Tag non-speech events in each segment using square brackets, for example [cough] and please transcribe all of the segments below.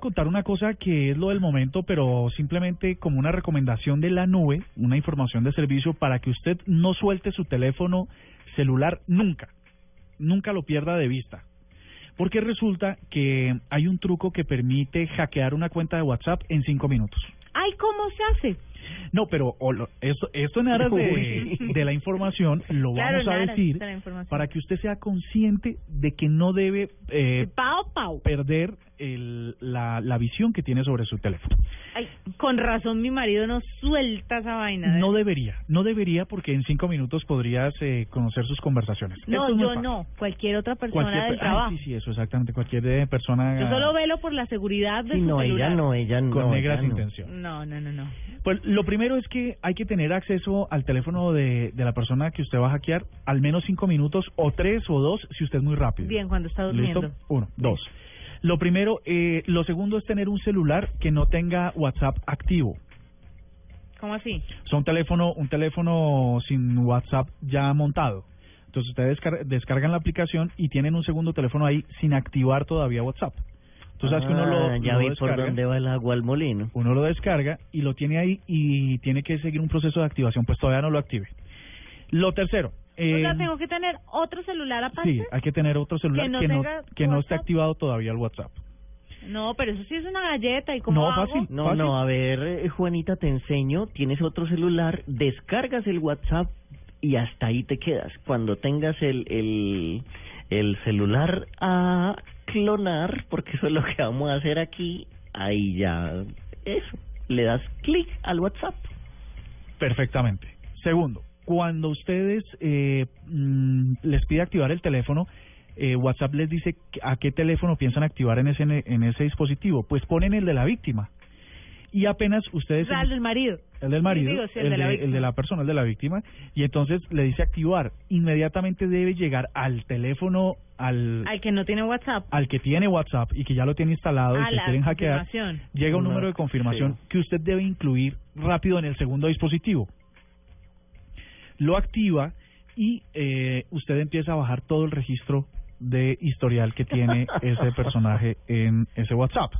contar una cosa que es lo del momento, pero simplemente como una recomendación de la nube, una información de servicio para que usted no suelte su teléfono celular nunca, nunca lo pierda de vista. Porque resulta que hay un truco que permite hackear una cuenta de WhatsApp en cinco minutos. Ay, ¿cómo se hace? No, pero o lo- esto, esto en aras de, de la información lo Claro, vamos en a aras decir de la información. para que usted sea consciente de que no debe eh, Pau, pau. perder el- la, la visión que tiene sobre su teléfono. Ay, con razón mi marido no suelta esa vaina. No ¿eh? debería, no debería porque en cinco minutos podrías eh, conocer sus conversaciones. No, Esto es muy yo fácil. no. Cualquier otra persona Cualquier del per- ah, trabajo. sí, sí, eso exactamente. Cualquier eh, persona Yo solo velo por la seguridad de Sí, su no, ella celular. no, ella Mm, no. con negras ella no. intenciones. No, no, no, no. Pues lo primero es que hay que tener acceso al teléfono de, de la persona que usted va a hackear al menos cinco minutos o tres o dos si usted es muy rápido. Bien, cuando está durmiendo. ¿Listo? Uno, dos. Lo primero, eh, lo segundo es tener un celular que no tenga WhatsApp activo. ¿Cómo así? O sea, un teléfono, un teléfono sin WhatsApp ya montado. Entonces ustedes descar- descargan la aplicación y tienen un segundo teléfono ahí sin activar todavía WhatsApp. Tú sabes que uno lo, Ah, ya lo vi por descarga. dónde va el agua al molino. uno lo descarga y lo tiene ahí y tiene que seguir un proceso de activación, pues todavía no lo active. Lo tercero, eh, o sea, tengo que tener otro celular aparte. sí, hay que tener otro celular Que que no no, tenga que no esté WhatsApp. activado todavía el WhatsApp. No, pero eso sí es una galleta. ¿Y cómo No, hago? fácil. No, no, a ver, eh, Juanita, te enseño. Tienes otro celular, descargas el WhatsApp y hasta ahí te quedas. Cuando tengas el, el, el celular a clonar, porque eso es lo que vamos a hacer aquí, ahí ya, eso, le das clic al WhatsApp. Perfectamente. Segundo, cuando ustedes eh, mm, les pide activar el teléfono, eh, WhatsApp les dice que- a qué teléfono piensan activar en ese, en ese dispositivo. Pues ponen el de la víctima. Y apenas ustedes... O sea, el del marido. El del marido, Digo, sí, el, de, el de la persona, el de la víctima, y entonces le dice activar. Inmediatamente debe llegar al teléfono, al, Al que no tiene WhatsApp. al que tiene WhatsApp y que ya lo tiene instalado A y que la quieren hackear. confirmación. Llega un No, número de confirmación sí. que usted debe incluir rápido en el segundo dispositivo. Lo activa y eh, usted empieza a bajar todo el registro de historial que [laughs] tiene ese personaje en ese WhatsApp.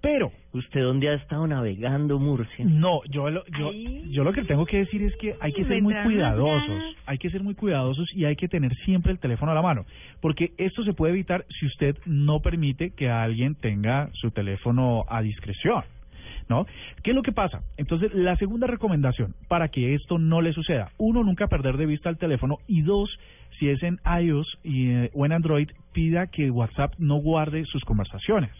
Pero ¿Usted dónde ha estado navegando, Murcia? no, yo lo, yo, Ay. yo lo que tengo que decir es que hay que Ay, me ser muy entraron unas cuidadosos, ganas. hay que ser muy cuidadosos y hay que tener siempre el teléfono a la mano, porque esto se puede evitar si usted no permite que alguien tenga su teléfono a discreción. ¿No? ¿Qué es lo que pasa? Entonces, la segunda recomendación para que esto no le suceda, uno, nunca perder de vista el teléfono y dos, si es en iOS y, eh, o en Android, pida que WhatsApp no guarde sus conversaciones,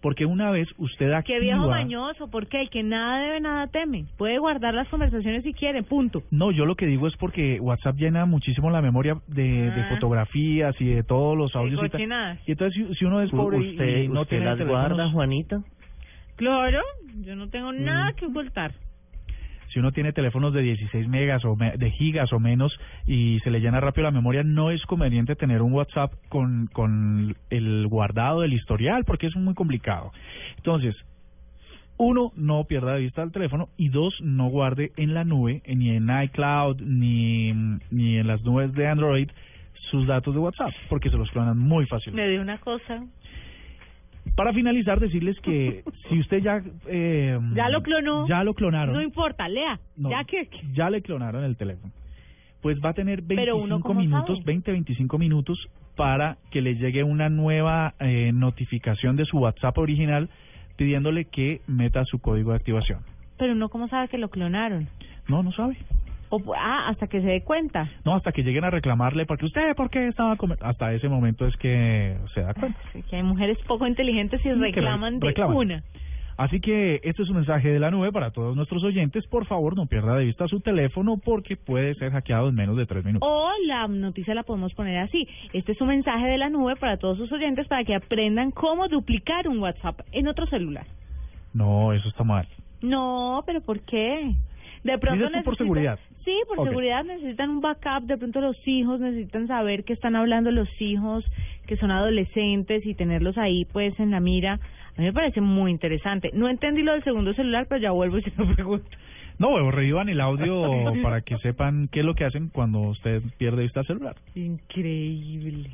porque una vez usted activa... Qué viejo mañoso, porque el que nada debe, nada teme. Puede guardar las conversaciones si quiere, punto. No, yo lo que digo es porque WhatsApp llena muchísimo la memoria de, Eh, de Ah. fotografías y de todos los audios y tal. cochinadas. Y entonces si, si uno es pobre y- ¿Usted, y no usted tiene las teléfonos- guarda, Juanita? Claro, yo no tengo Mm. nada que ocultar. si uno tiene teléfonos de 16 megas o me- de gigas o menos y se le llena rápido la memoria, no es conveniente tener un WhatsApp con con el guardado del historial porque es muy complicado. Entonces, uno, no pierda de vista el teléfono y dos, no guarde en la nube, eh, ni en iCloud, ni, ni en las nubes de Android, sus datos de WhatsApp, porque se los clonan muy fácilmente. Me dio una cosa. Para finalizar, decirles [laughs] que si usted ya... eh, Ya lo clonó. Ya lo clonaron. No importa, lea. No, Ya que. ya le clonaron el teléfono. Pues va a tener Pero uno, 25 ¿cómo minutos, sabe? 20, 25 minutos para que le llegue una nueva eh, notificación de su WhatsApp original pidiéndole que meta su código de activación. Pero uno, ¿cómo sabe que lo clonaron? No, no sabe. O, pu- ah, hasta que se dé cuenta. No, hasta que lleguen a reclamarle porque usted, ¿por qué estaba comi-?" Hasta ese momento es que se da cuenta. Así Ah, que hay mujeres poco inteligentes y Sí, que re- reclaman de reclaman. una. Así que este es un mensaje de la nube para todos nuestros oyentes. Por favor, no pierda de vista su teléfono porque puede ser hackeado en menos de tres minutos. O la noticia la podemos poner así. Este es un mensaje de la nube para todos sus oyentes para que aprendan cómo duplicar un WhatsApp en otro celular. No, eso está mal. No, pero ¿por qué? De pronto Dices tú por necesitan- seguridad. Sí, por Ok. seguridad necesitan un backup. De pronto los hijos necesitan saber qué están hablando los hijos que son adolescentes y tenerlos ahí pues en la mira. A mí me parece muy interesante. No entendí lo del segundo celular, pero ya vuelvo y se lo pregunto. No, bueno, revivan el audio para que sepan qué es lo que hacen cuando usted pierde vista el celular. Increíble.